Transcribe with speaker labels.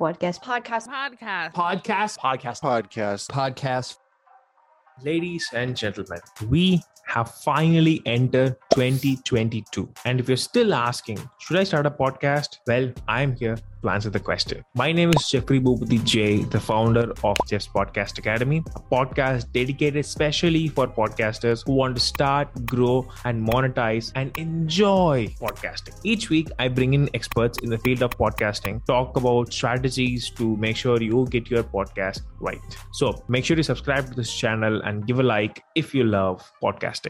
Speaker 1: podcast, podcast,
Speaker 2: podcast.
Speaker 3: podcast.
Speaker 4: Podcast.
Speaker 5: podcast.
Speaker 3: Podcast.
Speaker 4: Ladies and gentlemen, we have finally entered 2022. And if you're still asking, should I start a podcast? Well, I'm here to answer the question. My name is Jeffrey Bhupathi J, the founder of Jeff's Podcast Academy, a podcast dedicated specially for podcasters who want to start, grow, and monetize and enjoy podcasting. Each week, I bring in experts in the field of podcasting, talk about strategies to make sure you get your podcast right. So make sure you subscribe to this channel and give a like if you love podcasting.